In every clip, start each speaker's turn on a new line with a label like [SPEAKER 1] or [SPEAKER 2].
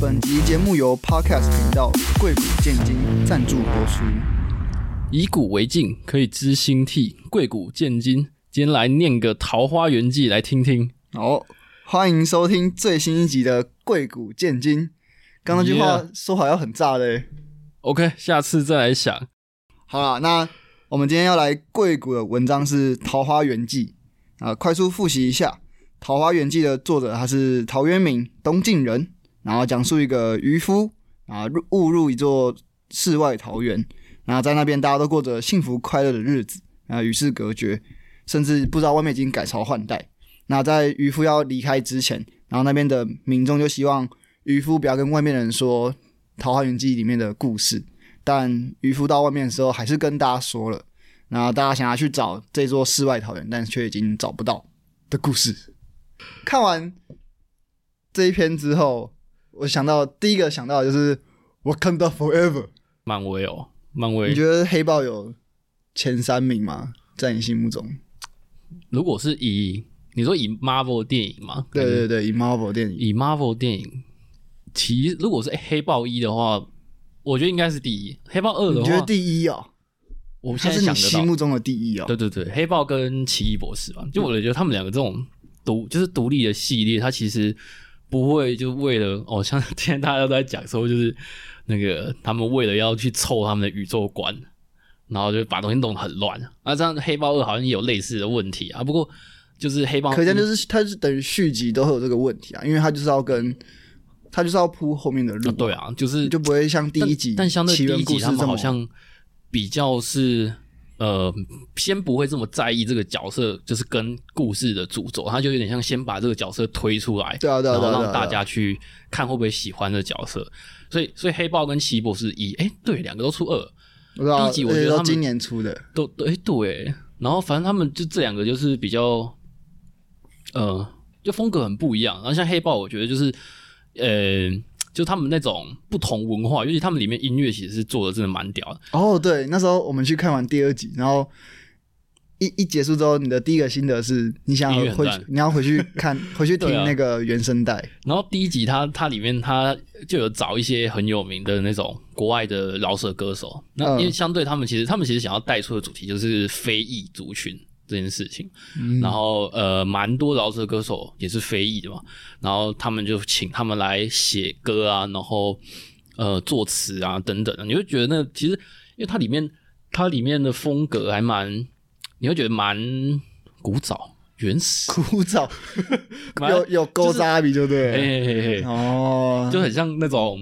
[SPEAKER 1] 本集节目由 Podcast 频道“贵谷建金”赞助播出。
[SPEAKER 2] 以古为镜，可以知兴替，贵古见今。今天来念个《桃花源记》来听听。
[SPEAKER 1] 好，欢迎收听最新一集的《贵谷建金》。刚那句话
[SPEAKER 2] Yeah
[SPEAKER 1] 说好要很炸的欸、
[SPEAKER 2] OK，下次再来想。
[SPEAKER 1] 好啦，那我们今天要来贵谷的文章是《桃花源记》啊，快速复习一下，《桃花源记》的作者他是陶渊明，东晋人，然后讲述一个渔夫啊入误入一座世外桃源，然后在那边大家都过着幸福快乐的日子啊，与世隔绝，甚至不知道外面已经改朝换代。那在渔夫要离开之前，然后那边的民众就希望渔夫不要跟外面的人说《桃花源记》里面的故事。但渔夫到外面的时候还是跟大家说了，然后大家想要去找这座世外桃源，但却已经找不到的故事。看完这一篇之后，我想到第一个想到的就是《Wakanda Forever》。
[SPEAKER 2] 漫威哦，漫
[SPEAKER 1] 你
[SPEAKER 2] 威。
[SPEAKER 1] 觉得黑豹有前三名吗？在你心目中？
[SPEAKER 2] 如果是以你说以 Marvel 电影嘛，
[SPEAKER 1] 对对对，以 Marvel 电影，
[SPEAKER 2] 以 Marvel 电影，其如果是黑豹一的话，我觉得应该是第一。黑豹二
[SPEAKER 1] 你
[SPEAKER 2] 的
[SPEAKER 1] 觉得
[SPEAKER 2] 话，
[SPEAKER 1] 第一哦？
[SPEAKER 2] 我
[SPEAKER 1] 它
[SPEAKER 2] 现在
[SPEAKER 1] 是你
[SPEAKER 2] 想
[SPEAKER 1] 心
[SPEAKER 2] 得到，
[SPEAKER 1] 目中的第一哦？
[SPEAKER 2] 对对对，黑豹跟奇异博士吧，就我觉得他们两个这种独就是独立的系列，它其实不会就为了哦，像 今天大家都在讲说，就是那个他们为了要去凑他们的宇宙观，然后就把东西弄得很乱。啊，这样黑豹二好像也有类似的问题啊，不过就是黑豹一，
[SPEAKER 1] 可见就是它是等于续集都会有这个问题啊，因为它就是要跟它就是要铺后面的路、
[SPEAKER 2] 啊对啊，就是
[SPEAKER 1] 就不会像第一集
[SPEAKER 2] 但但相对
[SPEAKER 1] 起
[SPEAKER 2] 第
[SPEAKER 1] 源
[SPEAKER 2] 一
[SPEAKER 1] 故
[SPEAKER 2] 集
[SPEAKER 1] 事
[SPEAKER 2] 他们
[SPEAKER 1] 这么
[SPEAKER 2] 好像比较是呃，先不会这么在意这个角色，就是跟故事的主轴，他就有点像先把这个角色推出来，
[SPEAKER 1] 对啊对啊
[SPEAKER 2] 然
[SPEAKER 1] 对
[SPEAKER 2] 后
[SPEAKER 1] 啊对啊
[SPEAKER 2] 让大家去看会不会喜欢这个角色。所以，所以黑豹跟奇异博士一，哎，对，两个都出二，
[SPEAKER 1] 我知道
[SPEAKER 2] 第一集我
[SPEAKER 1] 而且
[SPEAKER 2] 觉得
[SPEAKER 1] 都
[SPEAKER 2] 他们
[SPEAKER 1] 啊今年出的，
[SPEAKER 2] 都对诶对，然后反正他们就这两个就是比较，呃，就风格很不一样。然后像黑豹，我觉得就是，呃，就他们那种不同文化，尤其他们里面音乐其实是做的真的蛮屌的。
[SPEAKER 1] 哦，对，那时候我们去看完第二集，然后一一结束之后，你的第一个心得是你想
[SPEAKER 2] 音
[SPEAKER 1] 要
[SPEAKER 2] 乐很
[SPEAKER 1] 回
[SPEAKER 2] 烂
[SPEAKER 1] 去，你要回去 看，回去听
[SPEAKER 2] 对啊啊
[SPEAKER 1] 那个原声带。
[SPEAKER 2] 然后第一集它它里面它就有找一些很有名的那种国外的饶舌歌手，那
[SPEAKER 1] 嗯
[SPEAKER 2] 因为相对他们其实他们其实想要带出的主题就是非裔族群这件事情，然后呃蛮多饶舌歌手也是非裔的嘛，然后他们就请他们来写歌啊，然后呃作词啊等等的，你会觉得那其实因为它里面它里面的风格还蛮，你会觉得蛮古早原始，
[SPEAKER 1] 枯燥，
[SPEAKER 2] 蛮
[SPEAKER 1] 有有勾扎比就对了、
[SPEAKER 2] 嘿嘿嘿嘿，
[SPEAKER 1] 哦，
[SPEAKER 2] 就很像那种，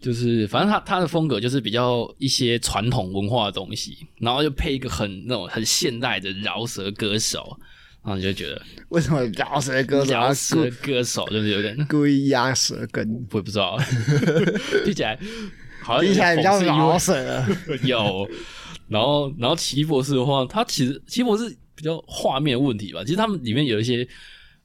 [SPEAKER 2] 就是反正他他的风格就是比较一些传统文化的东西，然后就配一个很那种很现代的饶舌歌手，然后你就觉得
[SPEAKER 1] 为什么饶舌歌手
[SPEAKER 2] 饶
[SPEAKER 1] 要
[SPEAKER 2] 舌歌手就是有点，
[SPEAKER 1] 故故意压舌根，
[SPEAKER 2] 我也不 知道，听起来好像
[SPEAKER 1] 听起来比较饶
[SPEAKER 2] 饶
[SPEAKER 1] 舌了。
[SPEAKER 2] 有。 然后然后奇异博士的话，他其实奇异博士比较画面问题吧，其实他们里面有一些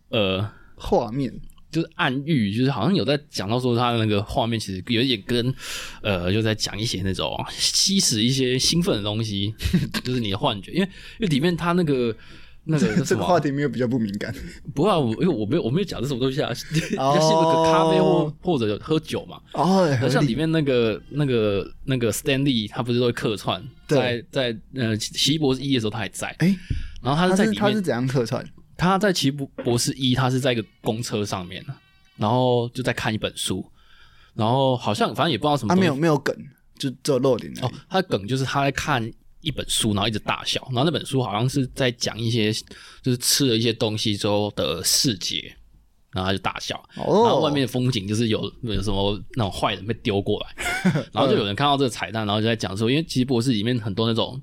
[SPEAKER 2] 呃
[SPEAKER 1] 画面
[SPEAKER 2] 就是暗喻，就是好像有在讲到说他的那个画面，其实有一点跟呃，就在讲一些那种吸食一些兴奋的东西， 就是你的幻觉，因为因为里面他那个那个
[SPEAKER 1] 这
[SPEAKER 2] 什
[SPEAKER 1] 个
[SPEAKER 2] 么啊
[SPEAKER 1] 话题没有比较不敏感，
[SPEAKER 2] 不啊，我因为我没有我没有讲这什么东西啊， 就是个
[SPEAKER 1] 哦
[SPEAKER 2] 咖啡或或者喝酒嘛。
[SPEAKER 1] 哦，
[SPEAKER 2] 那
[SPEAKER 1] 合
[SPEAKER 2] 像
[SPEAKER 1] 理
[SPEAKER 2] 里面那个那个那个 Stanley，他不是都会客串，在
[SPEAKER 1] 对
[SPEAKER 2] 在呃奇异博士一的时候他还在，
[SPEAKER 1] 哎，
[SPEAKER 2] 然后他
[SPEAKER 1] 他
[SPEAKER 2] 是在
[SPEAKER 1] 是
[SPEAKER 2] 里
[SPEAKER 1] 他是
[SPEAKER 2] 面，
[SPEAKER 1] 怎样客串？
[SPEAKER 2] 他在奇异博博士一，他是在一个公车上面啊然后就在看一本书，然后好像反正也不知道什么
[SPEAKER 1] 他啊
[SPEAKER 2] 东
[SPEAKER 1] 没
[SPEAKER 2] 西
[SPEAKER 1] 有没有梗，就只有露脸而已
[SPEAKER 2] 哦，他的梗就是他在看一本书，然后一直大笑，然后那本书好像是在讲一些就是吃了一些东西之后的世界，然后他就大笑。
[SPEAKER 1] 哦，
[SPEAKER 2] 然后外面的风景就是有有什么那种坏人被丢过来，然后就有人看到这个彩蛋，然后就在讲说，因为其实博士里面很多那种，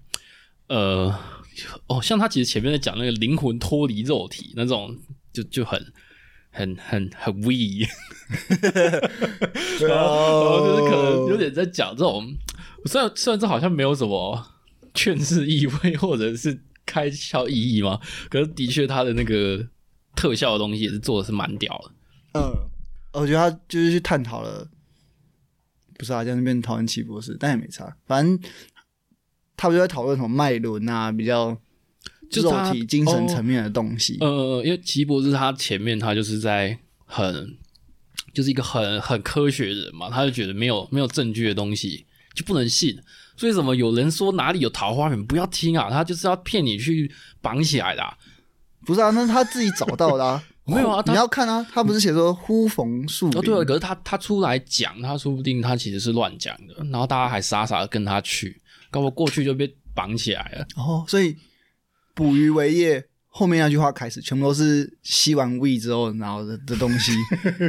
[SPEAKER 2] 呃，哦，像他其实前面在讲那个灵魂脱离肉体那种，就就很很很很 we，然啊
[SPEAKER 1] 啊
[SPEAKER 2] 后然后就是可能有点在讲这种，虽然虽然这好像没有什么劝世意味或者是开销意义嘛，可是的确他的那个特效的东西也是做的是蛮屌的。
[SPEAKER 1] 嗯，我觉得他就是去探讨了，不是啊，在那边讨论奇博士，但也没差，反正他们就在讨论什么脉轮啊，比较
[SPEAKER 2] 就是
[SPEAKER 1] 肉
[SPEAKER 2] 他
[SPEAKER 1] 体、精神
[SPEAKER 2] 哦
[SPEAKER 1] 层面的东西。
[SPEAKER 2] 呃，因为奇异博士他前面他就是在很就是一个很很科学的人嘛，他就觉得没有没有证据的东西就不能信。所以什么有人说哪里有桃花源，不要听啊，他就是要骗你去绑起来的啊、
[SPEAKER 1] 不是啊，那是他自己找到的 啊。
[SPEAKER 2] 没有啊他
[SPEAKER 1] 你要看啊，他不是写说呼逢树林？
[SPEAKER 2] 哦，对了，可是他他出来讲，他说不定他其实是乱讲的，然后大家还傻傻的跟他去，搞不好过去就被绑起来了。
[SPEAKER 1] 哦，所以捕鱼为业后面那句话开始，全部都是吸完 weed 之后，然后的的东 西，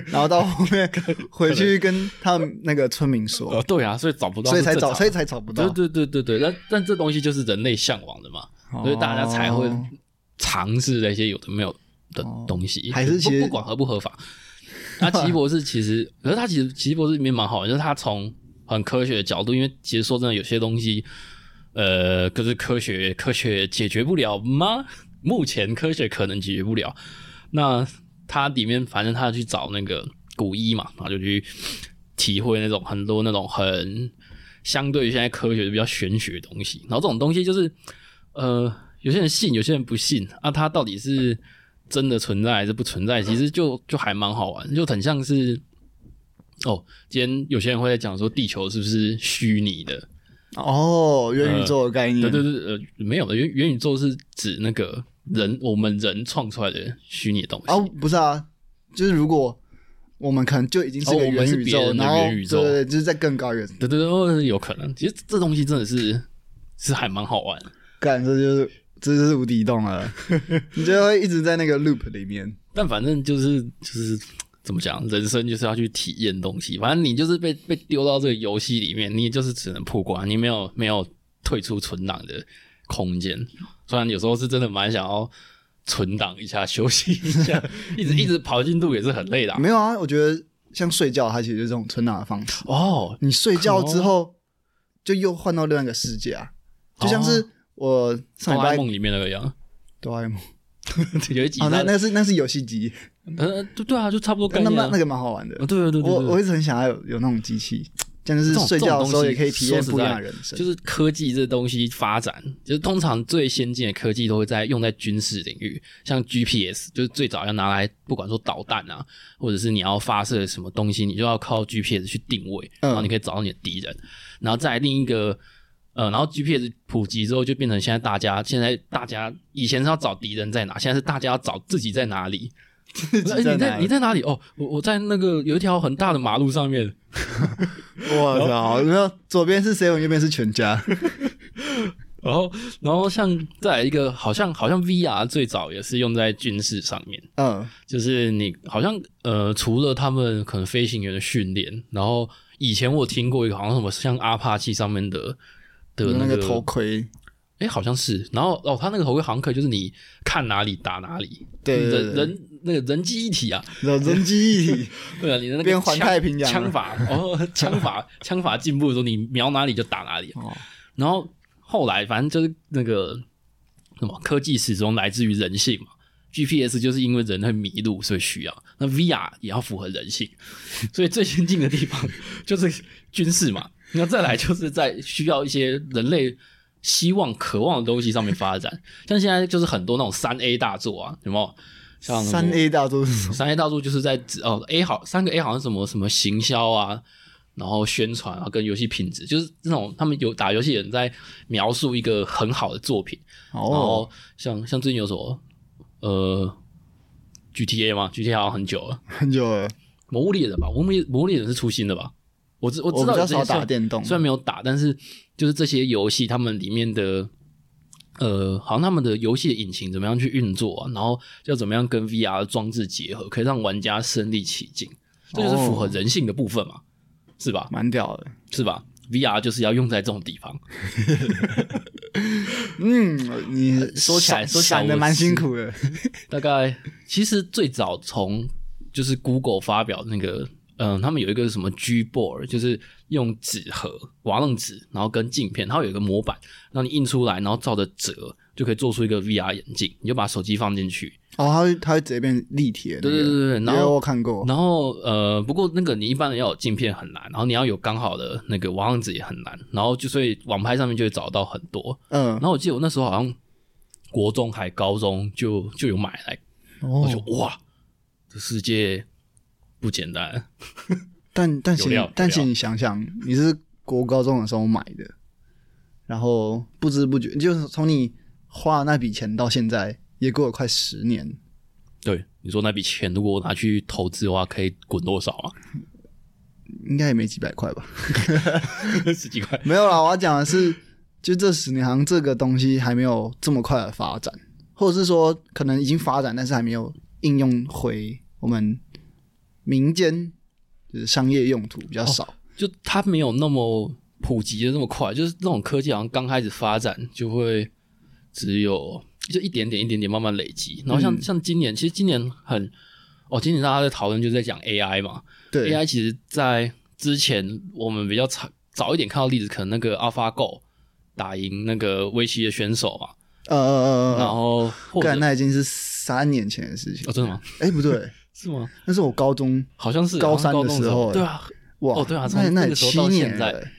[SPEAKER 1] 然后到后面回去跟他们那个村民
[SPEAKER 2] 哦，
[SPEAKER 1] 说，
[SPEAKER 2] 对啊，所以找不到
[SPEAKER 1] 所以
[SPEAKER 2] 是正
[SPEAKER 1] 才
[SPEAKER 2] 常的，
[SPEAKER 1] 找，所以才找不到。
[SPEAKER 2] 对对对对对，但但这东西就是人类向往的嘛，所以大家才会
[SPEAKER 1] 哦
[SPEAKER 2] 尝试那些有的没有的东西，
[SPEAKER 1] 哦还是其实
[SPEAKER 2] 不不管合不 合法。那奇异博士其实，可是他其实奇异博士里面蛮好玩，就是他从很科学的角度，因为其实说真的，有些东西，呃，可是科学科学解决不了吗？目前科学可能解决不了。那他里面反正他去找那个古一嘛，然后就去体会那种很多那种很相对于现在科学比较玄学的东西。然后这种东西就是，呃，有些人信，有些人不信啊，它到底是真的存在还是不存在，其实就就还蛮好玩，就很像是。哦，今天有些人会在讲说地球是不是虚拟的？
[SPEAKER 1] 哦，元宇宙的概念，
[SPEAKER 2] 对对对，呃，没有的，元元宇宙是指那个人我们人创出来的虚拟的东西。
[SPEAKER 1] 啊，不是啊，就是如果我们可能就已经是
[SPEAKER 2] 哦
[SPEAKER 1] 个
[SPEAKER 2] 我们
[SPEAKER 1] 元
[SPEAKER 2] 是
[SPEAKER 1] 宇
[SPEAKER 2] 别
[SPEAKER 1] 宙，
[SPEAKER 2] 人的
[SPEAKER 1] 然后
[SPEAKER 2] 元宇宙
[SPEAKER 1] 对对对，就是在更高一个
[SPEAKER 2] 对对对哦，有可能。其实这东西真的是是还蛮好玩的，
[SPEAKER 1] 干，这就是这就是无底洞了， 你就会一直在那个 loop 里面。
[SPEAKER 2] 但反正就是就是怎么讲，人生就是要去体验东西。反正你就是被被丢到这个游戏里面，你就是只能破关，你没有没有退出存档的空间。虽然有时候是真的蛮想要存档一下，休息一下，一 直一直跑进度也是很累的啊、
[SPEAKER 1] 没有啊，我觉得像睡觉，它其实就是这种存档的方式。
[SPEAKER 2] 哦，
[SPEAKER 1] 你睡觉之后，就又换到另外一个世界啊，就像
[SPEAKER 2] 哦
[SPEAKER 1] 是我上礼
[SPEAKER 2] 哆啦
[SPEAKER 1] 拜
[SPEAKER 2] A 梦里面那个 一样，
[SPEAKER 1] 哆啦 A 梦
[SPEAKER 2] 有一集
[SPEAKER 1] 啊，那
[SPEAKER 2] 他
[SPEAKER 1] 那个是那是游戏机，
[SPEAKER 2] 呃，对对啊，就差不多概
[SPEAKER 1] 那
[SPEAKER 2] 念啊、
[SPEAKER 1] 那那个蛮好玩的
[SPEAKER 2] 哦。对对对对
[SPEAKER 1] 我
[SPEAKER 2] 对
[SPEAKER 1] 我一直很想要有有那种机器，这样就是睡觉的时候也可以体验不一样的人生。
[SPEAKER 2] 就是科技这东西发展，就是通常最先进的科技都会在用在军事领域，像 GPS 就是最早要拿来，不管说导弹啊，或者是你要发射什么东西，你就要靠 GPS 去定位，
[SPEAKER 1] 嗯
[SPEAKER 2] 然后你可以找到你的敌人，然后再来另一个。呃，然后 GPS 普及之后，就变成现在大家现在大家以前是要找敌人在哪，现在是大家要找自己在哪里。
[SPEAKER 1] 自己
[SPEAKER 2] 哎你
[SPEAKER 1] 哪
[SPEAKER 2] 在你在哪里？哦，我我在那个有一条很大的马路上面，
[SPEAKER 1] 我
[SPEAKER 2] 哦
[SPEAKER 1] 操！然后左边是 seven，右边是全家。
[SPEAKER 2] 然后，然后像再来一个，好像好像 VR 最早也是用在军事上面，
[SPEAKER 1] 嗯，
[SPEAKER 2] 就是你好像呃，除了他们可能飞行员的训练，然后以前我有听过一个好像什么像阿帕奇上面的的
[SPEAKER 1] 有那
[SPEAKER 2] 个
[SPEAKER 1] 个头，盔，
[SPEAKER 2] 哎，好像是，然后哦，他那个头盔好像可以就是你看哪里打哪里，
[SPEAKER 1] 对对
[SPEAKER 2] 人
[SPEAKER 1] 对对
[SPEAKER 2] 人那个人机一体啊，
[SPEAKER 1] 有人机一体，
[SPEAKER 2] 对啊，你的那个
[SPEAKER 1] 变环
[SPEAKER 2] 枪
[SPEAKER 1] 太平洋了
[SPEAKER 2] 枪法哦，枪法枪法进步的时候，你瞄哪里就打哪里。啊
[SPEAKER 1] 哦
[SPEAKER 2] 然后后来反正就是那个什么科技始终来自于人性嘛。GPS 就是因为人会迷路，所以需要。那 VR 也要符合人性， 所以最先进的地方就是军事嘛。那再来就是在需要一些人类希望、渴望的东西上面发展。像现在就是很多那种三 A 大作啊，有没有？ 像什么
[SPEAKER 1] 三 A 大作是什么？
[SPEAKER 2] 商业大作就是在指哦 A 好三个 A 好像什么什么行销啊，然后宣传啊，跟游戏品质，就是这种他们有打游戏的人在描述一个很好的作品，然
[SPEAKER 1] 哦，
[SPEAKER 2] 后像像最近有什么呃 GTA 嘛，GTA 好像很久了，
[SPEAKER 1] 很久了，
[SPEAKER 2] 《魔物猎人》吧，《魔物猎魔物猎人》是出新的吧？我知我
[SPEAKER 1] 我
[SPEAKER 2] 知道
[SPEAKER 1] 比较
[SPEAKER 2] 有这
[SPEAKER 1] 少
[SPEAKER 2] 些
[SPEAKER 1] 打
[SPEAKER 2] 算
[SPEAKER 1] 电动
[SPEAKER 2] 虽然没有打，但是就是这些游戏他们里面的。呃，好像他们的游戏的引擎怎么样去运作啊？然后要怎么样跟 VR 的装置结合，可以让玩家身临其境，这就是
[SPEAKER 1] 哦
[SPEAKER 2] 符合人性的部分嘛，是吧？
[SPEAKER 1] 蛮屌的。
[SPEAKER 2] 是吧？VR 就是要用在这种地方。
[SPEAKER 1] 嗯，你
[SPEAKER 2] 说起来
[SPEAKER 1] 闪
[SPEAKER 2] 说起来
[SPEAKER 1] 闪的
[SPEAKER 2] 我
[SPEAKER 1] 蛮
[SPEAKER 2] 是
[SPEAKER 1] 辛苦的。
[SPEAKER 2] 大概其实最早从就是 Google 发表那个，嗯，他们有一个什么 G board，就是用纸盒瓦楞纸，然后跟镜片，它有一个模板，让你印出来，然后照着折就可以做出一个 VR 眼镜，你就把手机放进去。
[SPEAKER 1] 哦，它会它会直接变立体的那
[SPEAKER 2] 对
[SPEAKER 1] 个。
[SPEAKER 2] 对对对，对
[SPEAKER 1] 因
[SPEAKER 2] 然
[SPEAKER 1] 为
[SPEAKER 2] 后
[SPEAKER 1] 我看过。
[SPEAKER 2] 然后呃，不过那个你一般人要有镜片很难，然后你要有刚好的那个瓦楞纸也很难，然后就所以网拍上面就会找到很多。
[SPEAKER 1] 嗯
[SPEAKER 2] 然，后我记得我那时候好像国中还高中就就有买来我就
[SPEAKER 1] 哦，
[SPEAKER 2] 哇，这世界不简单。
[SPEAKER 1] 但但
[SPEAKER 2] 有
[SPEAKER 1] 请
[SPEAKER 2] 料
[SPEAKER 1] 你但
[SPEAKER 2] 有料
[SPEAKER 1] 请你想想，你是国高中的时候买的，然后不知不觉就是从你花那笔钱到现在，也过了快十年。
[SPEAKER 2] 对，你说那笔钱如果我拿去投资的话，可以滚多少啊？
[SPEAKER 1] 应该也没几百块吧？
[SPEAKER 2] 十几块。
[SPEAKER 1] 没有啦，我要讲的是，就这十年，好像这个东西还没有这么快的发展，或者是说可能已经发展，但是还没有应用回我们民间就是商业用途
[SPEAKER 2] 哦
[SPEAKER 1] 比较少。
[SPEAKER 2] 就它没有那么普及的那么快，就是那种科技好像刚开始发展就会只有就一点点一点点慢慢累积，然
[SPEAKER 1] 嗯
[SPEAKER 2] 后像、像今年，其实今年很哦，今年大家在讨论就是在讲 AI 嘛
[SPEAKER 1] 对
[SPEAKER 2] ，AI 其实在之前我们比较早早一点看到例子，可能那个 AlphaGo 打赢那个围棋的选手嘛，
[SPEAKER 1] 呃呃呃
[SPEAKER 2] 然
[SPEAKER 1] 呃
[SPEAKER 2] 后
[SPEAKER 1] 呃，
[SPEAKER 2] 哦或者
[SPEAKER 1] 干那已经是三年前的事情
[SPEAKER 2] 哦。真的吗？
[SPEAKER 1] 哎、不对，
[SPEAKER 2] 是吗？
[SPEAKER 1] 那是我高中
[SPEAKER 2] 好像是
[SPEAKER 1] 高
[SPEAKER 2] 好像
[SPEAKER 1] 三的
[SPEAKER 2] 中
[SPEAKER 1] 时候欸
[SPEAKER 2] 对啊，
[SPEAKER 1] 哇，
[SPEAKER 2] 哦对啊从
[SPEAKER 1] 那那
[SPEAKER 2] 那个
[SPEAKER 1] 也
[SPEAKER 2] 时候
[SPEAKER 1] 七
[SPEAKER 2] 到
[SPEAKER 1] 年
[SPEAKER 2] 现在
[SPEAKER 1] 了欸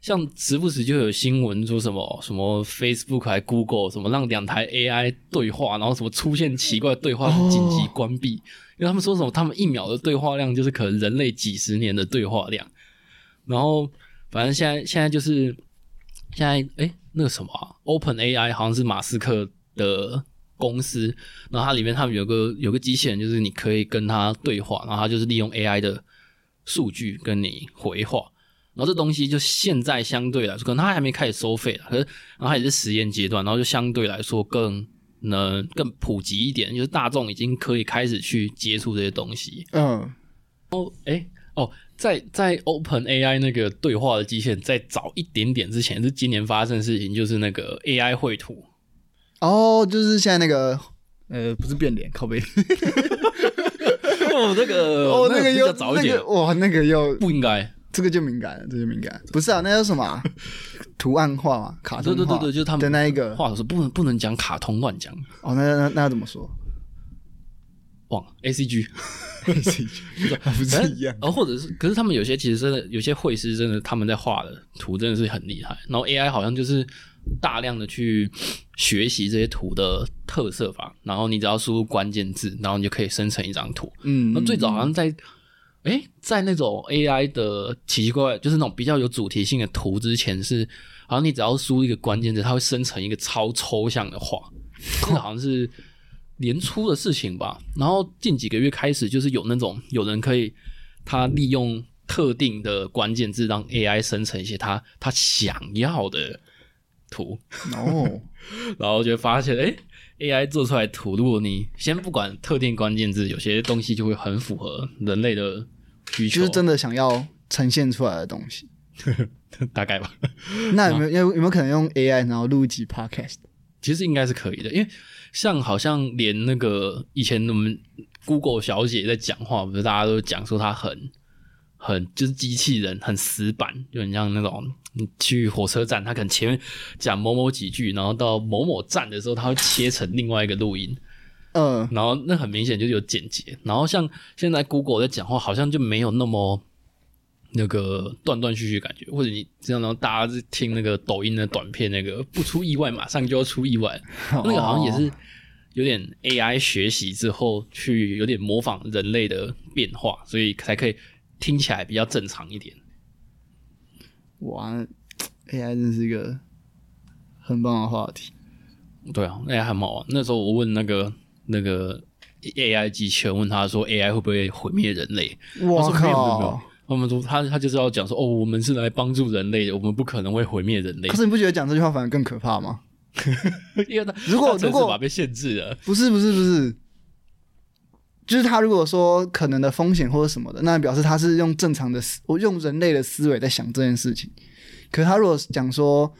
[SPEAKER 2] 像时不时就有新闻说什么什么 Facebook 还 Google 什么让两台 AI 对话，然后什么出现奇怪的对话
[SPEAKER 1] 哦
[SPEAKER 2] 紧急关闭，因为他们说什么他们一秒的对话量就是可能人类几十年的对话量。然后反正现在现在就是现在哎那个什么、啊、Open AI 好像是马斯克的公司，然后它里面他们有个有个机器人，就是你可以跟它对话，然后它就是利用 AI 的数据跟你回话。然后这东西就现在相对来说，可能它还没开始收费啦，可是然后它也是实验阶段，然后就相对来说更能更普及一点，就是大众已经可以开始去接触这些东西。
[SPEAKER 1] 嗯，
[SPEAKER 2] 哦，在在 Open AI 那个对话的机器人在早一点点之前，是今年发生的事情，就是那个 AI 绘图，
[SPEAKER 1] 哦，就是现在那个呃，不是变脸靠背，
[SPEAKER 2] 哦，那个
[SPEAKER 1] 哦，那
[SPEAKER 2] 个
[SPEAKER 1] 个
[SPEAKER 2] 比较
[SPEAKER 1] 又
[SPEAKER 2] 早一点，
[SPEAKER 1] 那个哇，那个又
[SPEAKER 2] 不应该。
[SPEAKER 1] 这个就敏感了，这个就敏感了，不是啊，那叫什么 啊、图案化嘛，卡
[SPEAKER 2] 啊对
[SPEAKER 1] 通
[SPEAKER 2] 对
[SPEAKER 1] 画
[SPEAKER 2] 对对，就是他们
[SPEAKER 1] 的那一个
[SPEAKER 2] 话说不能不能讲卡通乱讲，
[SPEAKER 1] 哦，那那那要怎么 说？
[SPEAKER 2] 忘了 A C G，
[SPEAKER 1] 不
[SPEAKER 2] 反
[SPEAKER 1] 是
[SPEAKER 2] 正
[SPEAKER 1] 一 样？
[SPEAKER 2] 呃，或者是，可是他们有些其实真的有些绘师真的他们在画的图真的是很厉害，然后 AI 好像就是大量的去学习这些图的特色吧，然后你只要输入关键字，然后你就可以生成一张图，
[SPEAKER 1] 嗯，
[SPEAKER 2] 那最早啊好像在，哎、在那种 AI 的奇奇怪怪，就是那种比较有主题性的图之前是，好像你只要输一个关键字，它会生成一个超抽象的画，这个好像是年初的事情吧。然后近几个月开始，就是有那种有人可以他利用特定的关键字让 AI 生成一些他他想要的图，
[SPEAKER 1] 哦，
[SPEAKER 2] 然后就会发现，哎、a i 做出来的图，如果你先不管特定关键字，有些东西就会很符合人类的需求，
[SPEAKER 1] 就是真的想要呈现出来的东西。
[SPEAKER 2] 大概吧。
[SPEAKER 1] 那有没有有有没有可能用 AI 然后录一集 podcast？
[SPEAKER 2] 其实应该是可以的，因为像好像连那个以前我们 Google 小姐在讲话，不是大家都讲说她很很就是机器人，很死板，就很像那种你去火车站，她可能前面讲某某几句，然后到某某站的时候，她会切成另外一个录音。
[SPEAKER 1] 嗯，
[SPEAKER 2] 然后那很明显就是有简洁。然后像现在 Google 在讲话，好像就没有那么那个断断续续感觉，或者你这样，然后大家是听那个抖音的短片，那个不出意外马上就要出意外，那个好像也
[SPEAKER 1] 哦
[SPEAKER 2] 是有点 AI 学习之后去有点模仿人类的变化，所以才可以听起来比较正常一点。
[SPEAKER 1] 哇，AI 真是一个很棒的话题。
[SPEAKER 2] 对啊，AI 还蛮好玩。那时候我问那个那个 AI 机器人，问他说 AI 会不会毁灭人类？
[SPEAKER 1] 我
[SPEAKER 2] 我哦说没有没有没有
[SPEAKER 1] 靠！
[SPEAKER 2] 他们说他他就是要讲说哦，我们是来帮助人类的，我们不可能会毁灭人类
[SPEAKER 1] 可，是你不觉得讲这句话反而更可怕吗？
[SPEAKER 2] 因为他
[SPEAKER 1] 如果
[SPEAKER 2] 他城
[SPEAKER 1] 如
[SPEAKER 2] 市
[SPEAKER 1] 果
[SPEAKER 2] 法被限制了，
[SPEAKER 1] 不是不是不是，就是他如果说可能的风险或者什么的，那表示他是用正常的思，我用人类的思维在想这件事情。可是他如果讲说，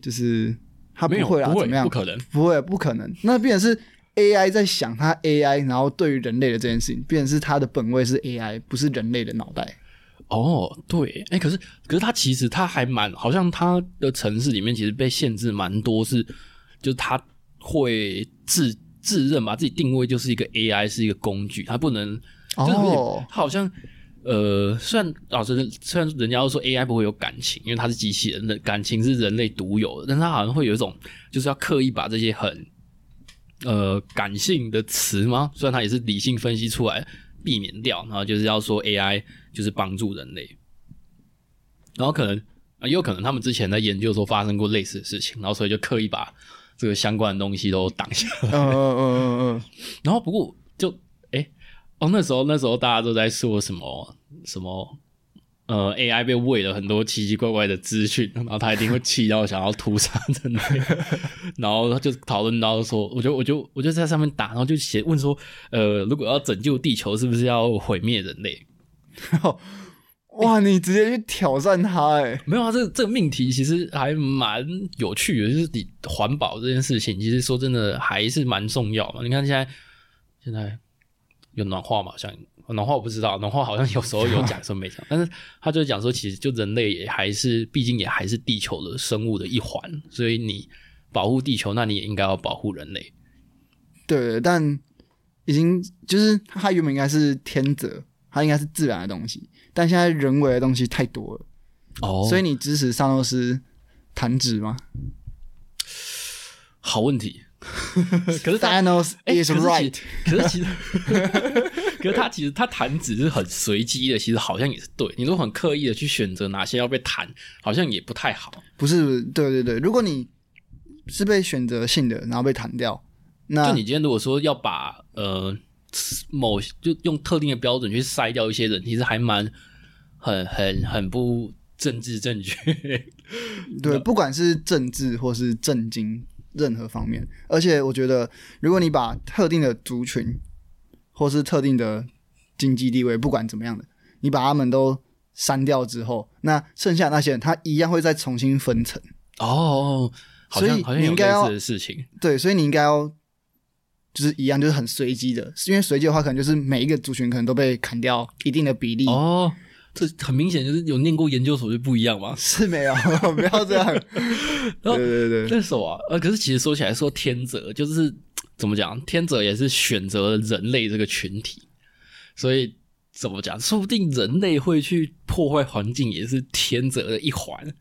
[SPEAKER 1] 就是他不
[SPEAKER 2] 没有
[SPEAKER 1] 会啦，啊
[SPEAKER 2] 不
[SPEAKER 1] 怎么样？
[SPEAKER 2] 不可能。
[SPEAKER 1] 不会，不可能。那变成是 AI 在想它 AI，然后对于人类的这件事情，变成是它的本位是 AI，不是人类的脑 袋。
[SPEAKER 2] 哦，对，哎，可是可是他其实他还蛮，好像他的城市里面其实被限制蛮多是，就是他会自自认把自己定位就是一个 AI 是一个工具，他不能就是有点
[SPEAKER 1] 哦
[SPEAKER 2] 他好像呃，虽然老师虽然人家都说 AI 不会有感情，因为它是机器人，那感情是人类独有的，但是它好像会有一种就是要刻意把这些很呃感性的词吗？虽然它也是理性分析出来，避免掉，然后就是要说 AI 就是帮助人类，然后可能呃也有可能他们之前在研究的时候发生过类似的事情，然后所以就刻意把这个相关的东西都挡下来。
[SPEAKER 1] 嗯嗯嗯嗯
[SPEAKER 2] 然后不过就哎、诶哦，那时候那时候大家都在说什么什么呃 AI 被喂了很多奇奇怪怪的资讯，然后他一定会气到想要屠杀人类，然后他就讨论到说，我就我就我就在上面打，然后就写问说，呃，如果要拯救地球，是不是要毁灭人类？
[SPEAKER 1] 嗯，哇，你直接去挑战他哎、欸，
[SPEAKER 2] 没有啊，这个这个命题其实还蛮有趣的，就是你环保这件事情，其实说真的还是蛮重要嘛。你看现在现在有暖化嘛，好像暖化我不知道，暖化好像有时候有讲，有时候没讲，但是他就讲说，其实就人类也还是，毕竟也还是地球的生物的一环，所以你保护地球，那你也应该要保护人类。
[SPEAKER 1] 对，但已经就是他原本应该是天择，他应该是自然的东西，但现在人为的东西太多了，
[SPEAKER 2] 哦
[SPEAKER 1] 所以你支持萨诺斯弹指吗
[SPEAKER 2] 好问题。 可是大家
[SPEAKER 1] ？Thanos
[SPEAKER 2] 哎
[SPEAKER 1] is right，
[SPEAKER 2] 可是其实，可是他其实 他弹指是很随机的，其实好像也是对。你如果很刻意的去选择哪些要被弹，好像也不太好。
[SPEAKER 1] 不是，对对对，如果你是被选择性的，然后被弹掉，那
[SPEAKER 2] 就你今天如果说要把呃某就用特定的标准去筛掉一些人，其实还蛮很很很不政治正确。
[SPEAKER 1] 对，不管是政治或是政经任何方面，而且我觉得，如果你把特定的族群或是特定的经济地位，不管怎么样的，你把他们都删掉之后，那剩下那些人他一样会再重新分层。
[SPEAKER 2] 哦，好
[SPEAKER 1] 所
[SPEAKER 2] 像
[SPEAKER 1] 以
[SPEAKER 2] 好像
[SPEAKER 1] 你
[SPEAKER 2] 有
[SPEAKER 1] 应该
[SPEAKER 2] 类
[SPEAKER 1] 要
[SPEAKER 2] 似的事情。
[SPEAKER 1] 对，所以你应该要就是一样，就是很随机的，因为随机的话，可能就是每一个族群可能都被砍掉一定的比例。
[SPEAKER 2] 哦，这很明显就是有念过研究所就不一样嘛。
[SPEAKER 1] 是没有， 不要这样。对对对，
[SPEAKER 2] 那是什么啊？呃，可是其实说起来，说天择就是怎么讲，天择也是选择了人类这个群体，所以怎么讲，说不定人类会去破坏环境，也是天择的一环。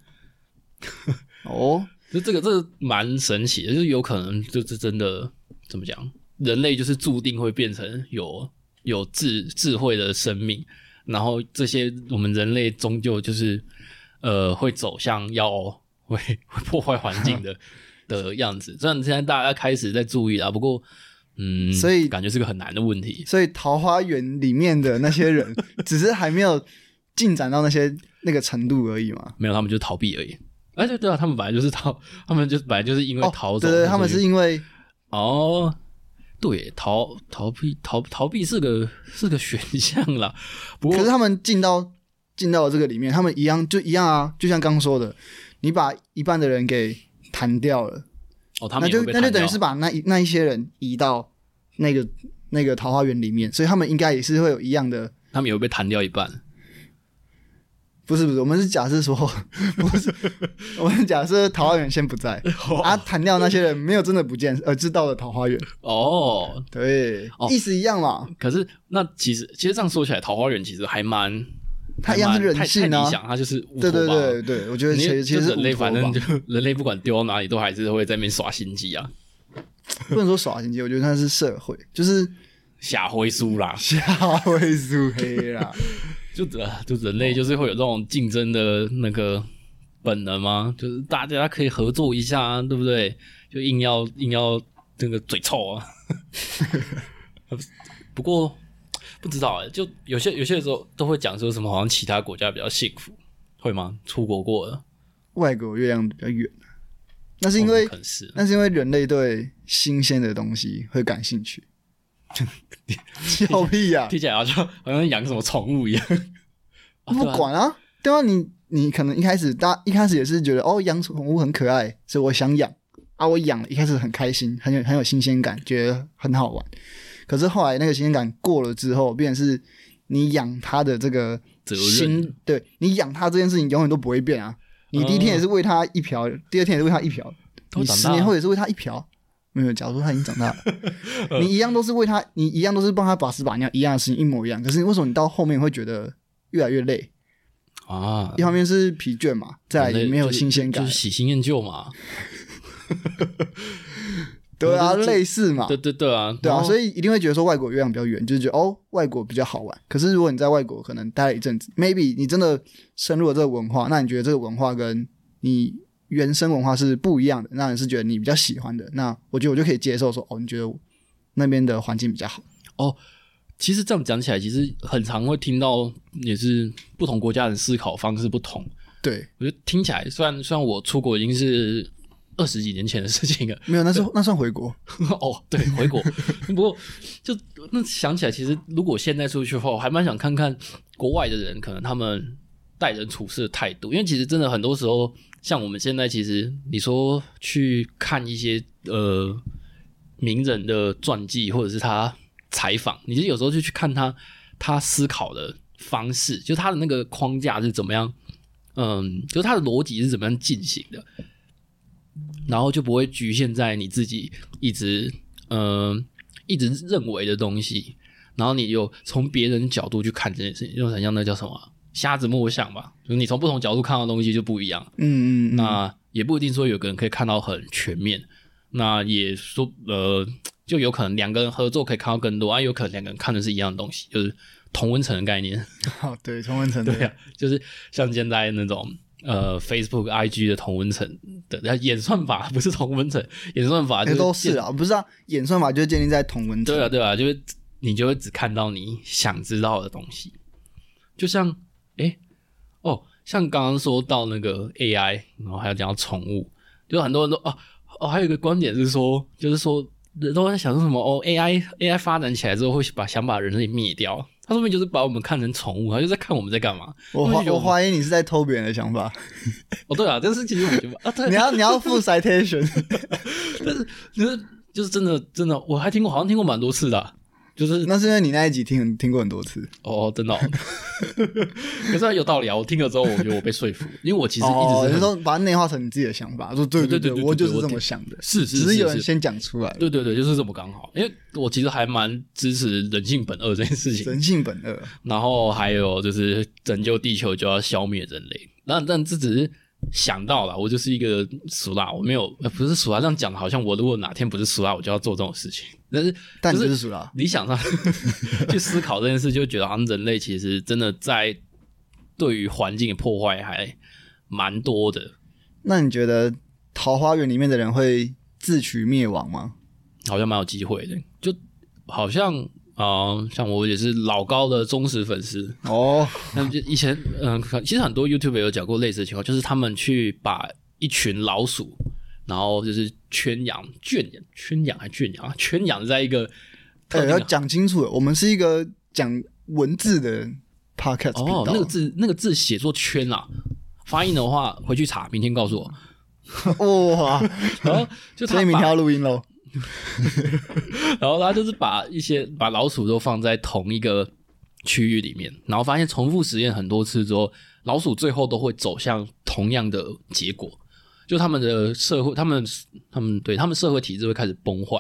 [SPEAKER 1] 哦，
[SPEAKER 2] 就这个，这个蛮神奇的，就是有可能就是真的怎么讲，人类就是注定会变成有有智智慧的生命，然后这些我们人类终究就是呃会走向要会会破坏环 境的的样子。虽然现在大家开始在注意啦，不过嗯，
[SPEAKER 1] 所以
[SPEAKER 2] 感觉是个很难的问题。
[SPEAKER 1] 所以《桃花源》里面的那些 人，只是还没有进展到那些那个程度而已嘛。
[SPEAKER 2] 没有，他们就逃避而已。哎，对对啊，他们本来就是逃，他们就本来就是因为
[SPEAKER 1] 哦，
[SPEAKER 2] 逃走，
[SPEAKER 1] 对对，他们
[SPEAKER 2] 所以
[SPEAKER 1] 是因为
[SPEAKER 2] 哦，对，逃逃避逃逃避是个是个选项啦。 不
[SPEAKER 1] 可
[SPEAKER 2] 过
[SPEAKER 1] 是他们进到进到这个里面，他们一样就一样啊，就像刚说的，你把一半的人给弹掉了，
[SPEAKER 2] 哦，他
[SPEAKER 1] 那
[SPEAKER 2] 们也
[SPEAKER 1] 就
[SPEAKER 2] 会被
[SPEAKER 1] 那就
[SPEAKER 2] 弹
[SPEAKER 1] 等于
[SPEAKER 2] 掉
[SPEAKER 1] 是把那一那一些人移到那个那个桃花源里面，所以他们应该也是会有一样的。
[SPEAKER 2] 他们也会被弹掉一半。
[SPEAKER 1] 不是不是，我们是假设说， 不是，我们假设桃花源先不 在，啊，弹掉那些人没有真的不见，而知道了桃花源，
[SPEAKER 2] 哦，
[SPEAKER 1] 对，
[SPEAKER 2] 哦
[SPEAKER 1] 意思一样嘛，
[SPEAKER 2] 可是那其实其实这样说起来，桃花源其实还蛮，
[SPEAKER 1] 它
[SPEAKER 2] 还
[SPEAKER 1] 一样是
[SPEAKER 2] 蛮
[SPEAKER 1] 人
[SPEAKER 2] 太
[SPEAKER 1] 性
[SPEAKER 2] 太
[SPEAKER 1] 啊
[SPEAKER 2] 理想，它就是乌
[SPEAKER 1] 对
[SPEAKER 2] 托
[SPEAKER 1] 对
[SPEAKER 2] 邦
[SPEAKER 1] 对对，我觉得
[SPEAKER 2] 你
[SPEAKER 1] 其实其实
[SPEAKER 2] 就是人类
[SPEAKER 1] 乌托
[SPEAKER 2] 反正
[SPEAKER 1] 邦
[SPEAKER 2] 就人类不管丢到哪里都还是会在那边耍心机啊，
[SPEAKER 1] 不能说耍心机，我觉得它是社会， 就是
[SPEAKER 2] 下灰书啦，
[SPEAKER 1] 下位苏黑啦。
[SPEAKER 2] 就呃就人
[SPEAKER 1] 哦
[SPEAKER 2] 类就是会有这种竞争的那个本能吗？就是大家可以合作一下、啊，对不对？就硬要硬要那个嘴臭啊。 不过不知道哎、就有些有些时候都会讲说什么，好像其他国家比较幸福，会吗？出国过的，
[SPEAKER 1] 外国月亮比较远，啊那是因
[SPEAKER 2] 哦
[SPEAKER 1] 为
[SPEAKER 2] 可能是
[SPEAKER 1] 那是因为人类对新鲜的东西会感兴 趣。 笑屁啊呀、
[SPEAKER 2] 听起来好像好像养什么宠物 一样。啊
[SPEAKER 1] 不
[SPEAKER 2] 对啊
[SPEAKER 1] 管啊，对啊，你你可能一开始大一开始也是觉得哦养宠物很可爱，所以我想养啊，我养了一开始很开心，很有很有新鲜感，觉得很好玩。可是后来那个新鲜感过了之后，变成是你养它的这个
[SPEAKER 2] 责任
[SPEAKER 1] 心，对你养它这件事情永远都不会变啊。你第一天也是喂它一瓢，第二天也是喂它一瓢，
[SPEAKER 2] 都
[SPEAKER 1] 你
[SPEAKER 2] 长
[SPEAKER 1] 十
[SPEAKER 2] 大
[SPEAKER 1] 年
[SPEAKER 2] 了
[SPEAKER 1] 后也是喂它一瓢。没有，假如说它已经长大了， 你一样都是为它，你一样都是帮它把屎把尿，一样的事情一模一样。可是为什么你到后面会觉得越来越累？
[SPEAKER 2] 啊
[SPEAKER 1] 一，方面是疲倦嘛，再来
[SPEAKER 2] 人
[SPEAKER 1] 也
[SPEAKER 2] 类
[SPEAKER 1] 没有
[SPEAKER 2] 就是
[SPEAKER 1] 新鲜感
[SPEAKER 2] 就，是喜新厌旧嘛。
[SPEAKER 1] 对啊，
[SPEAKER 2] 我就
[SPEAKER 1] 类似嘛，
[SPEAKER 2] 对对对啊，
[SPEAKER 1] 对啊，所
[SPEAKER 2] 以
[SPEAKER 1] 以一定会觉得说外国月亮比较圆，就是觉得哦，外国比较好玩。可是如果你在外国可能待了一阵子，maybe 你真的深入了这个文化，那你觉得这个文化跟你原生文化是不一样的，那你是觉得你比较喜欢的，那我觉得我就可以接受说哦，你觉得那边的环境比较好。
[SPEAKER 2] 其实这样讲起来，其实很常会听到，也是不同国家人思考方式不同。
[SPEAKER 1] 对，
[SPEAKER 2] 我觉得听起来，虽然虽然我出国已经是二十几年前的事情了，
[SPEAKER 1] 没有，那是那算回国。
[SPEAKER 2] 哦，对，回国。不过就那想起来，其实如果现在出去的话，我还蛮想看看国外的人，可能他们待人处事的态度，因为其实真的很多时候，像我们现在其实你说去看一些呃名人的传记或者是他采访，你就有时候就去看他他思考的方式，就他的那个框架是怎么样，嗯，就是他的逻辑是怎么样进行的。然后就不会局限在你自己一直嗯、呃一直认为的东西，然后你有从别人角度去看这件事情，就很像那叫什么啊瞎子摸象吧，就是你从不同角度看到的东西就不一样。
[SPEAKER 1] 嗯嗯，嗯
[SPEAKER 2] 那也不一定说有个人可以看到很全面，那也说呃，就有可能两个人合作可以看到更多啊，有可能两个人看的是一样的东西，就是同温层的概念。
[SPEAKER 1] 好，哦对，同文层
[SPEAKER 2] 对啊，就是像现在那种呃 Facebook、IG 的同温层的那演算法，不是同温层，演算法就
[SPEAKER 1] 也
[SPEAKER 2] 是
[SPEAKER 1] 都是啊，不是啊，演算法就是建立在同文层。
[SPEAKER 2] 对啊，对啊，就是你就会只看到你想知道的东西。就像，诶，哦，像刚刚说到那个 AI，然后还有讲到宠物，就很多人都哦哦，还有一个观点是说，就是说人都在想说什么哦，AI AI 发展起来之后会把想把人类灭掉，他说明就是把我们看成宠物，他就在看我们在干嘛。
[SPEAKER 1] 我怀
[SPEAKER 2] 就觉得
[SPEAKER 1] 我
[SPEAKER 2] 我们
[SPEAKER 1] 怀疑你是在偷别人的想法，
[SPEAKER 2] 哦，对啊，但是其实我觉得 啊，对，
[SPEAKER 1] 你要你要付 citation，
[SPEAKER 2] 就是就是真的真的，我还听过，好像听过蛮多次的啊、就是
[SPEAKER 1] 那是因为你那一集听听过很多次。
[SPEAKER 2] 哦，真的、哦， 可是有道理啊！我听了之后，我觉得我被说服，因为我其实一
[SPEAKER 1] 哦，
[SPEAKER 2] 直
[SPEAKER 1] 你
[SPEAKER 2] 是很、
[SPEAKER 1] 说把它内化成你自己的想法，说对
[SPEAKER 2] 对
[SPEAKER 1] 对
[SPEAKER 2] 对对
[SPEAKER 1] 我就
[SPEAKER 2] 对
[SPEAKER 1] 是
[SPEAKER 2] 我
[SPEAKER 1] 这么
[SPEAKER 2] 听
[SPEAKER 1] 想的，
[SPEAKER 2] 是是
[SPEAKER 1] 只是有人
[SPEAKER 2] 是是，
[SPEAKER 1] 先讲出来了，
[SPEAKER 2] 对对对，就是这么刚好。因为我其实还蛮支持人性本恶这件事情，
[SPEAKER 1] 人性本恶。
[SPEAKER 2] 然后还有就是拯救地球就要消灭人类。那但这只是想到了，我就是一个俗辣，我没有、呃不是俗辣，这样讲好像我如果哪天不是俗辣，我就要做这种事情。但是
[SPEAKER 1] 但你
[SPEAKER 2] 就
[SPEAKER 1] 就是是属狼，
[SPEAKER 2] 理想上去思考这件事，就觉得好啊像人类其实真的在对于环境的破坏还蛮多的，
[SPEAKER 1] 那你觉得桃花源里面的人会自取灭亡吗？
[SPEAKER 2] 好像蛮有机会的。就好像啊、呃像我也是老高的忠实粉丝，
[SPEAKER 1] 哦，
[SPEAKER 2] 那么就以前嗯、可其实很多 YouTube 有讲过类似的情况，就是他们去把一群老鼠，然后就是圈养、圈养、圈养还圈养啊，圈养在一个特
[SPEAKER 1] 对，
[SPEAKER 2] 定
[SPEAKER 1] 要
[SPEAKER 2] 的
[SPEAKER 1] 讲清楚了，我们是一个讲文字的 podcast 频
[SPEAKER 2] 哦
[SPEAKER 1] 道，，
[SPEAKER 2] 那个字那个字写作圈啦、发音的话回去查，明天告诉我。
[SPEAKER 1] 哇，
[SPEAKER 2] 然后就
[SPEAKER 1] 所
[SPEAKER 2] 他
[SPEAKER 1] 以明
[SPEAKER 2] 把
[SPEAKER 1] 天，要录音喽。
[SPEAKER 2] 然后他就是把一些把老鼠都放在同一个区域里面，然后发现重复实验很多次之后，老鼠最后都会走向同样的结果，就他们的社会，他们他们对他们社会体制会开始崩坏。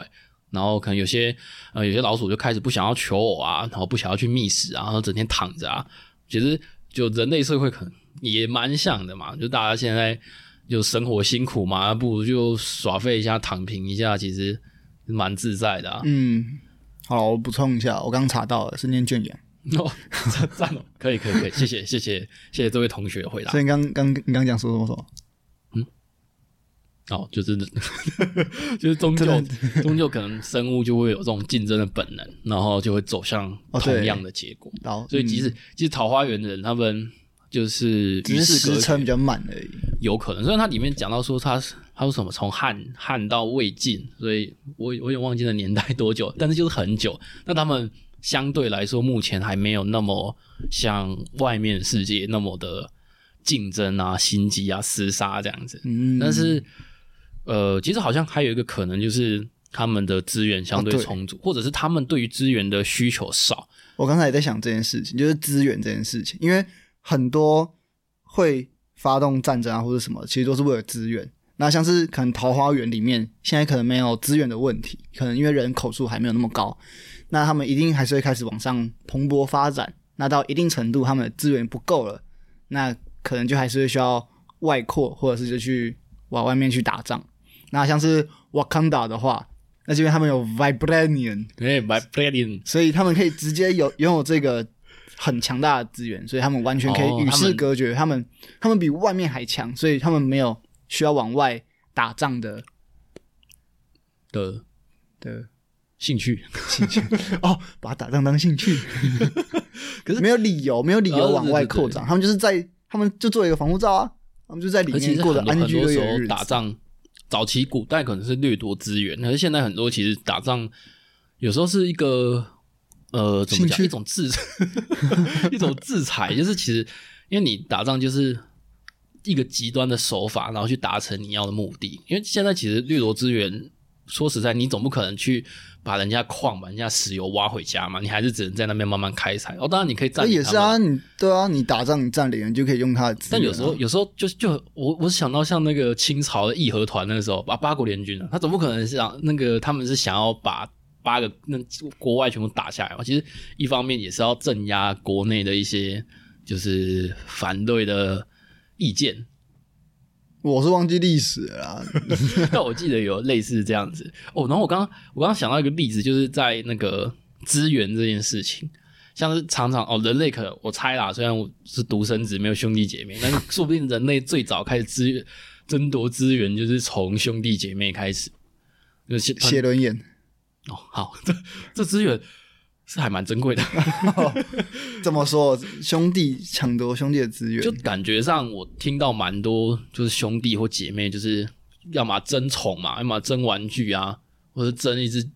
[SPEAKER 2] 然后可能有些呃有些老鼠就开始不想要求偶啊，然后不想要去觅食啊，然后整天躺着啊。其实就人类社会可能也蛮像的嘛，就大家现在就生活辛苦嘛，不如就耍废一下，躺平一下，其实蛮自在的啊。
[SPEAKER 1] 嗯，好，我补充一下，我刚查到了，是念圈养，
[SPEAKER 2] 哦，赞赞哦，可以可以可以，谢谢谢谢谢谢这位同学的回答
[SPEAKER 1] 啊嗯所。以你刚刚你刚讲说什么什么？
[SPEAKER 2] 哦，就是 就是终究终究可能生物就会有这种竞争的本能，然后就会走向
[SPEAKER 1] 哦对
[SPEAKER 2] 同样的结果。
[SPEAKER 1] 然后，
[SPEAKER 2] 所以即
[SPEAKER 1] 嗯
[SPEAKER 2] 使、即使桃花源的人，他们就是与
[SPEAKER 1] 只是
[SPEAKER 2] 世
[SPEAKER 1] 时
[SPEAKER 2] 隔
[SPEAKER 1] 辰
[SPEAKER 2] 绝
[SPEAKER 1] 比较慢而已。
[SPEAKER 2] 有可能。虽然它里面讲到说他是他说什么从汉汉到魏晋，所以我我也忘记了年代多久，但是就是很久。那他们相对来说，目前还没有那么像外面世界那么的竞争啊、心机啊、厮杀这样子。
[SPEAKER 1] 嗯，
[SPEAKER 2] 但是呃，其实好像还有一个可能就是。他们的资源相
[SPEAKER 1] 啊
[SPEAKER 2] 对
[SPEAKER 1] 对
[SPEAKER 2] 充足，或者是他们对于资源的需求少，
[SPEAKER 1] 我刚才也在想这件事情，就是资源这件事情，因为很多会发动战争啊或者什么，其实都是为了资源。那像是可能桃花源里面，现在可能没有资源的问题，可能因为人口数还没有那么高，那他们一定还是会开始往上蓬勃发展。那到一定程度，他们的资源不够了，那可能就还是会需要外扩，或者是就去往外面去打仗。那像是 Wakanda 的话，那是因为他们有 vibranium，
[SPEAKER 2] 对 v i b r a t i n
[SPEAKER 1] 所以他们可以直接有拥有这个很强大的资源，所以他们完全可
[SPEAKER 2] 哦
[SPEAKER 1] 以与
[SPEAKER 2] 他
[SPEAKER 1] 世
[SPEAKER 2] 们
[SPEAKER 1] 隔绝。他们他们比外面还强，所以他们没有需要往外打仗的
[SPEAKER 2] 的
[SPEAKER 1] 的
[SPEAKER 2] 兴趣，
[SPEAKER 1] 兴趣哦，把打仗当兴 趣，
[SPEAKER 2] 可是
[SPEAKER 1] 没有理由，没有理由
[SPEAKER 2] 哦
[SPEAKER 1] 往外
[SPEAKER 2] 对对对
[SPEAKER 1] 扩张，他们就是在他们就做了一个防护罩啊，他们就在里
[SPEAKER 2] 而且
[SPEAKER 1] 面
[SPEAKER 2] 是
[SPEAKER 1] 过着
[SPEAKER 2] 很多
[SPEAKER 1] 安
[SPEAKER 2] 很
[SPEAKER 1] 居
[SPEAKER 2] 多
[SPEAKER 1] 乐
[SPEAKER 2] 时
[SPEAKER 1] 业的
[SPEAKER 2] 候
[SPEAKER 1] 日
[SPEAKER 2] 打
[SPEAKER 1] 子。
[SPEAKER 2] 仗，早期古代可能是掠夺资源，可是现在很多其实打仗有时候是一个呃怎
[SPEAKER 1] 兴
[SPEAKER 2] 么讲
[SPEAKER 1] 趣
[SPEAKER 2] 一种制 一种制裁，就是其实因为你打仗就是一个极端的手法，然后去达成你要的目的。因为现在其实掠夺资源，说实在，你总不可能去把人家矿、把人家石油挖回家嘛，你还是只能在那边慢慢开采。哦，当然你可以
[SPEAKER 1] 那
[SPEAKER 2] 占领
[SPEAKER 1] 也
[SPEAKER 2] 他
[SPEAKER 1] 是
[SPEAKER 2] 们
[SPEAKER 1] 啊，你对啊，你打仗你占领，你就可以用它的资源啊。
[SPEAKER 2] 但有时候，有时候就就我我想到像那个清朝的义和团那时候，把八国联军啊，他总不可能是想那个他们是想要把八个那国外全部打下来嘛？其实一方面也是要镇压国内的一些就是反对的意见，
[SPEAKER 1] 我是忘记历史了 啦，
[SPEAKER 2] 但我记得有类似这样子哦。然后我刚刚我刚刚想到一个例子，就是在那个资源这件事情，像是常常哦，人类可能我猜啦，虽然我是独生子，没有兄弟姐妹， 但是说不定人类最早开始资源争夺资源，就是从兄弟姐妹开始。就是
[SPEAKER 1] 写轮眼。
[SPEAKER 2] 哦，好，这这资源是还蛮珍贵的，
[SPEAKER 1] 这么说，兄弟抢夺兄弟的资源，
[SPEAKER 2] 就感觉上我听到蛮多就是兄弟或姐妹，就是要么争宠嘛，要么争玩具啊，或者争一只鸡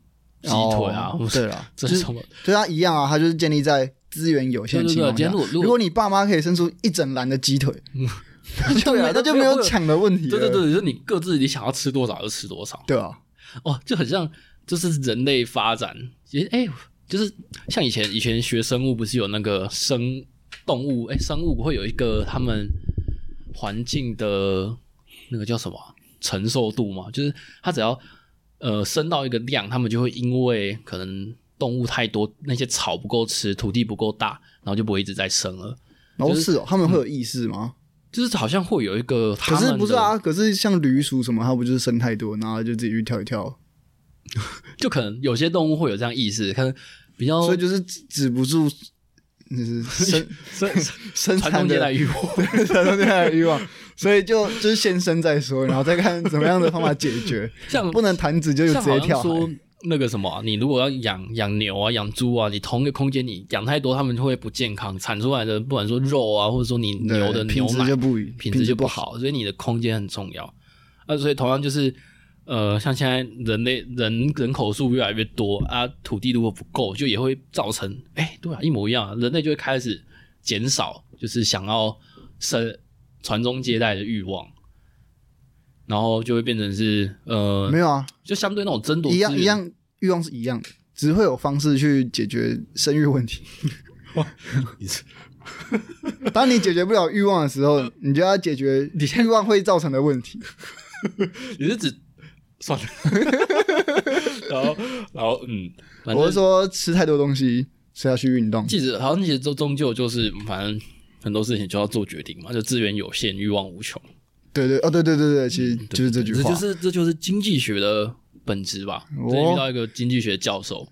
[SPEAKER 2] 腿啊，
[SPEAKER 1] 哦
[SPEAKER 2] 或者
[SPEAKER 1] 对啦，
[SPEAKER 2] 这
[SPEAKER 1] 就是是
[SPEAKER 2] 什么？
[SPEAKER 1] 对它一样啊，它就是建立在资源有限的情
[SPEAKER 2] 对对对
[SPEAKER 1] 况
[SPEAKER 2] 今
[SPEAKER 1] 下
[SPEAKER 2] 天如果。如
[SPEAKER 1] 如
[SPEAKER 2] 果
[SPEAKER 1] 果你爸妈可以生出一整篮的鸡腿， 对啊，那嗯就没有。抢的问题了。
[SPEAKER 2] 对对对，就是你各自你想要吃多少就吃多少
[SPEAKER 1] 对啊，
[SPEAKER 2] 哦，就很像就是人类发展，其实哎、就是像以前以前学生物不是有那个生动物哎、生物会有一个他们环境的那个叫什么啊承受度嘛，就是它只要呃生到一个量，他们就会因为可能动物太多，那些草不够吃，土地不够大，然后就不会一直在生了。
[SPEAKER 1] 然后
[SPEAKER 2] 就是
[SPEAKER 1] 哦，他们会有意识吗？
[SPEAKER 2] 就是好像会有一个
[SPEAKER 1] 可
[SPEAKER 2] 他们
[SPEAKER 1] 是
[SPEAKER 2] 的
[SPEAKER 1] 不是啊？可是像驴鼠什么，它不就是生太多，然后就自己去跳一跳，
[SPEAKER 2] 就可能有些动物会有这样意识，可能比较
[SPEAKER 1] 所以就是止止不住，就是 生
[SPEAKER 2] 生
[SPEAKER 1] 生
[SPEAKER 2] 传
[SPEAKER 1] 产
[SPEAKER 2] 宗接
[SPEAKER 1] 的
[SPEAKER 2] 代欲望。
[SPEAKER 1] 传宗接代的欲望，所以就就是先生再说，然后再看怎么样的方法解 决。
[SPEAKER 2] 像
[SPEAKER 1] 不能弹指就直
[SPEAKER 2] 像好
[SPEAKER 1] 接
[SPEAKER 2] 像
[SPEAKER 1] 跳海。
[SPEAKER 2] 说那个什么啊、你如果要养养牛啊、养猪啊，你同一个空间你养太多，它们就会不健康，产出来的不管说肉啊，或者说你
[SPEAKER 1] 对
[SPEAKER 2] 牛的
[SPEAKER 1] 品
[SPEAKER 2] 牛
[SPEAKER 1] 质
[SPEAKER 2] 奶啊
[SPEAKER 1] 就不一
[SPEAKER 2] 品
[SPEAKER 1] 质
[SPEAKER 2] 质
[SPEAKER 1] 就
[SPEAKER 2] 就不
[SPEAKER 1] 好。
[SPEAKER 2] 好，所以你的空间很重要。啊，所以同样就是，呃，像现在人类人人口数越来越多啊，土地如果不够，就也会造成，哎、对啊，一模一样、啊，人类就会开始减少，就是想要生传宗接代的欲望，然后就会变成是，呃
[SPEAKER 1] 没，有啊，
[SPEAKER 2] 就相对那种争夺
[SPEAKER 1] 一样
[SPEAKER 2] 资源
[SPEAKER 1] 一，样，欲望是一样的，只会有方式去解决生育问 题。当你解决不了欲望的时候，你就要解决欲望会造成的问题。
[SPEAKER 2] 你是指算 了，然后然后嗯，反正
[SPEAKER 1] 我是说，吃太多东西，所以要去运动。
[SPEAKER 2] 记者好像其实终终究就是，嗯反正很多事情就要做决定嘛，就资源有限，欲望无穷，
[SPEAKER 1] 对对哦，对对对对，其实就是这句话。
[SPEAKER 2] 嗯就是这就是经济学的本质吧。
[SPEAKER 1] 哦
[SPEAKER 2] 我之前遇到一个经济学教授，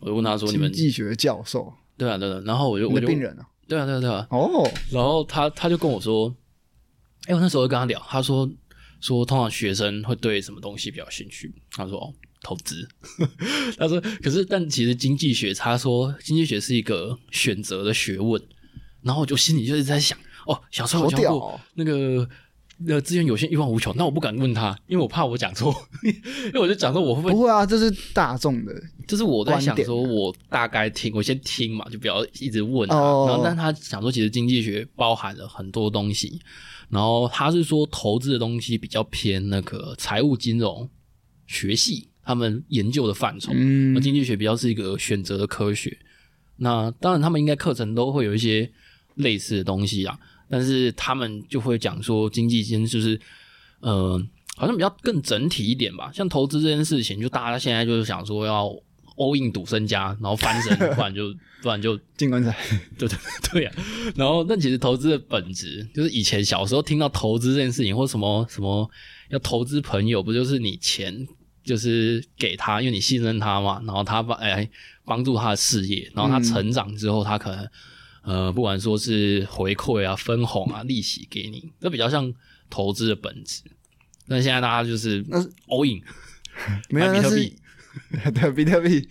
[SPEAKER 2] 我就问他说：“你
[SPEAKER 1] 经
[SPEAKER 2] 们
[SPEAKER 1] 济学教授，
[SPEAKER 2] 对啊对啊。”然后我就
[SPEAKER 1] 你
[SPEAKER 2] 我
[SPEAKER 1] 的
[SPEAKER 2] 就
[SPEAKER 1] 病人啊，
[SPEAKER 2] 对啊对啊对啊，
[SPEAKER 1] 哦，
[SPEAKER 2] 然后他他就跟我说：“哎、我那时候就跟他聊，他说说通常学生会对什么东西比较兴趣？”他说：“哦，投资。” 他说：“可是但其实经济学，他说经济学是一个选择的学问。”然后我就心里就是在想：“哦，小时候
[SPEAKER 1] 好
[SPEAKER 2] 我教
[SPEAKER 1] 屌
[SPEAKER 2] 过
[SPEAKER 1] 哦！
[SPEAKER 2] 那个那个资源有限，欲望无穷，那我不敢问他，因为我怕我讲错， 因为我就讲说我会不会
[SPEAKER 1] 不会啊，这是大众的
[SPEAKER 2] 就是我在想
[SPEAKER 1] 观点啊
[SPEAKER 2] 说，我大概听，我先听嘛，就不要一直问、啊。
[SPEAKER 1] 哦
[SPEAKER 2] 然后，但他想说，其实经济学包含了很多东西。然后他是说，投资的东西比较偏那个财务金融学系他们研究的范畴，
[SPEAKER 1] 嗯
[SPEAKER 2] 而经济学比较是一个选择的科学。那当然，他们应该课程都会有一些类似的东西啊，但是他们就会讲说，经济间就是，呃，好像比较更整体一点吧。像投资这件事情，就大家现在就是想说要 all in 赌身家，然后翻身，不然就 不然就
[SPEAKER 1] 进棺材。
[SPEAKER 2] 对对 对呀、然后，但其实投资的本质就是以前小时候听到投资这件事情，或什么什么要投资朋友，不就是你钱就是给他，因为你信任他嘛，然后他帮哎帮助他的事业，然后
[SPEAKER 1] 嗯
[SPEAKER 2] 他成长之后，他可能呃不管说是回馈啊、分红啊、利息给你，这比较像投资的本质。但现在大家就是
[SPEAKER 1] 那是
[SPEAKER 2] all in，
[SPEAKER 1] 没有，
[SPEAKER 2] 买比
[SPEAKER 1] 那
[SPEAKER 2] 特
[SPEAKER 1] 是 对比特币，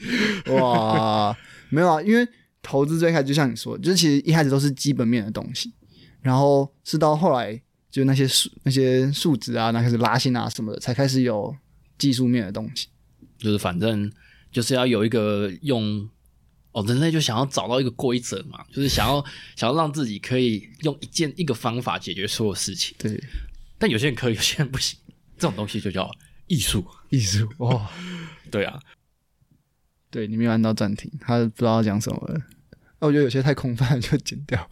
[SPEAKER 1] 哇，没有啊，因为投资最开始就像你说，就是其实一开始都是基本面的东西，然后是到后来就那些数那些数值啊，那开始拉新啊什么的，才开始有技术面的东西。
[SPEAKER 2] 就是反正就是要有一个用哦，人类就想要找到一个规则嘛，就是想要想要让自己可以用一件一个方法解决所有事情。
[SPEAKER 1] 对，
[SPEAKER 2] 但有些人可以，有些人不行，这种东西就叫艺术。
[SPEAKER 1] 艺术哇，
[SPEAKER 2] 对啊，
[SPEAKER 1] 对，你没有按到暂停，他不知道要讲什么了。那我觉得有些太空泛了就剪掉，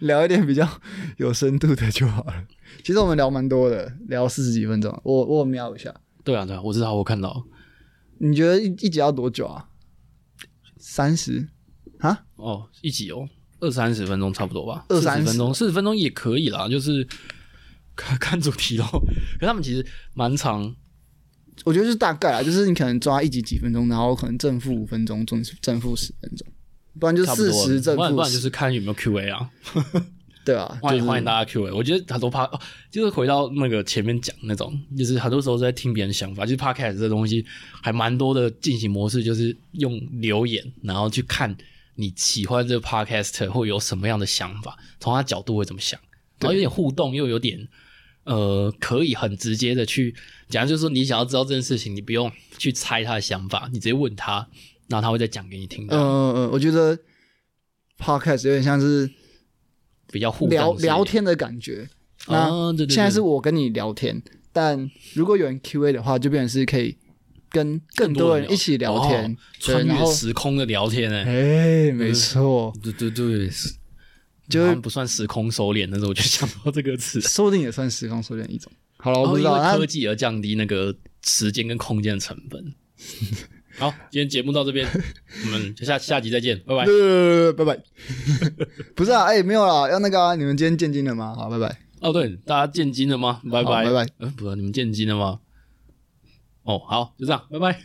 [SPEAKER 1] 聊一点比较有深度的就好了。其实我们聊蛮多的，聊四十几分钟，我我有瞄一下，
[SPEAKER 2] 对啊，对啊，我知道，我看到
[SPEAKER 1] 你觉得一一集要多久啊？三十啊？
[SPEAKER 2] 哦，一集哦，二三十分钟差不多吧，
[SPEAKER 1] 二三十
[SPEAKER 2] 40分钟，四十分钟也可以啦，就是看看主题咯。可是他们其实蛮长，
[SPEAKER 1] 我觉得就是大概啊，就是你可能抓一集几分钟，然后可能正负五分钟，正正负十分钟，不然就
[SPEAKER 2] 差不
[SPEAKER 1] 四
[SPEAKER 2] 多
[SPEAKER 1] 十正
[SPEAKER 2] 不然不
[SPEAKER 1] 负
[SPEAKER 2] 然就
[SPEAKER 1] 十，
[SPEAKER 2] 是看有没有 Q&A 啊。
[SPEAKER 1] 对啊，
[SPEAKER 2] 欢迎
[SPEAKER 1] 就是
[SPEAKER 2] 欢迎大家 Q A，我觉得很多 p 就是回到那个前面讲那种，就是很多时候在听别人想法，就是 podcast 这东西还蛮多的进行模式，就是用留言，然后去看你喜欢这个 podcast 会有什么样的想法，从他角度会怎么想，然后有点互动，又有点呃，可以很直接的去讲，就是说你想要知道这件事情，你不用去猜他的想法，你直接问他，然后他会再讲给你听，
[SPEAKER 1] 嗯嗯嗯，我觉得 podcast 有点像是
[SPEAKER 2] 比较互动
[SPEAKER 1] 聊
[SPEAKER 2] 之类的
[SPEAKER 1] 聊。天的感觉。那
[SPEAKER 2] 啊，对对对，
[SPEAKER 1] 现在是我跟你聊天，但如果有人 Q A 的话，就变成是可以跟更多人一起聊天
[SPEAKER 2] 哦，穿
[SPEAKER 1] 对然
[SPEAKER 2] 越
[SPEAKER 1] 后
[SPEAKER 2] 时空的聊天哎、
[SPEAKER 1] 哎，没错，
[SPEAKER 2] 对对对，是
[SPEAKER 1] 就是
[SPEAKER 2] 好像不算时空收敛，但是我就想到这个 词，
[SPEAKER 1] 说不定也算时空缩减一种。好了，
[SPEAKER 2] 然
[SPEAKER 1] 哦我
[SPEAKER 2] 后
[SPEAKER 1] 不知道，
[SPEAKER 2] 哦因为
[SPEAKER 1] 那
[SPEAKER 2] 科技而降低那个时间跟空间的成 本。好，今天节目到这边，我们下下集再见，拜拜。
[SPEAKER 1] 对，拜 拜。不是啊，哎、没有啦，要那个啊，你们今天见金了吗？好，拜拜。
[SPEAKER 2] 哦，对，大家见金了吗？拜呃
[SPEAKER 1] 好
[SPEAKER 2] 拜，
[SPEAKER 1] 拜拜。
[SPEAKER 2] 嗯、不，你们见金了吗？哦，好，就这样，拜拜。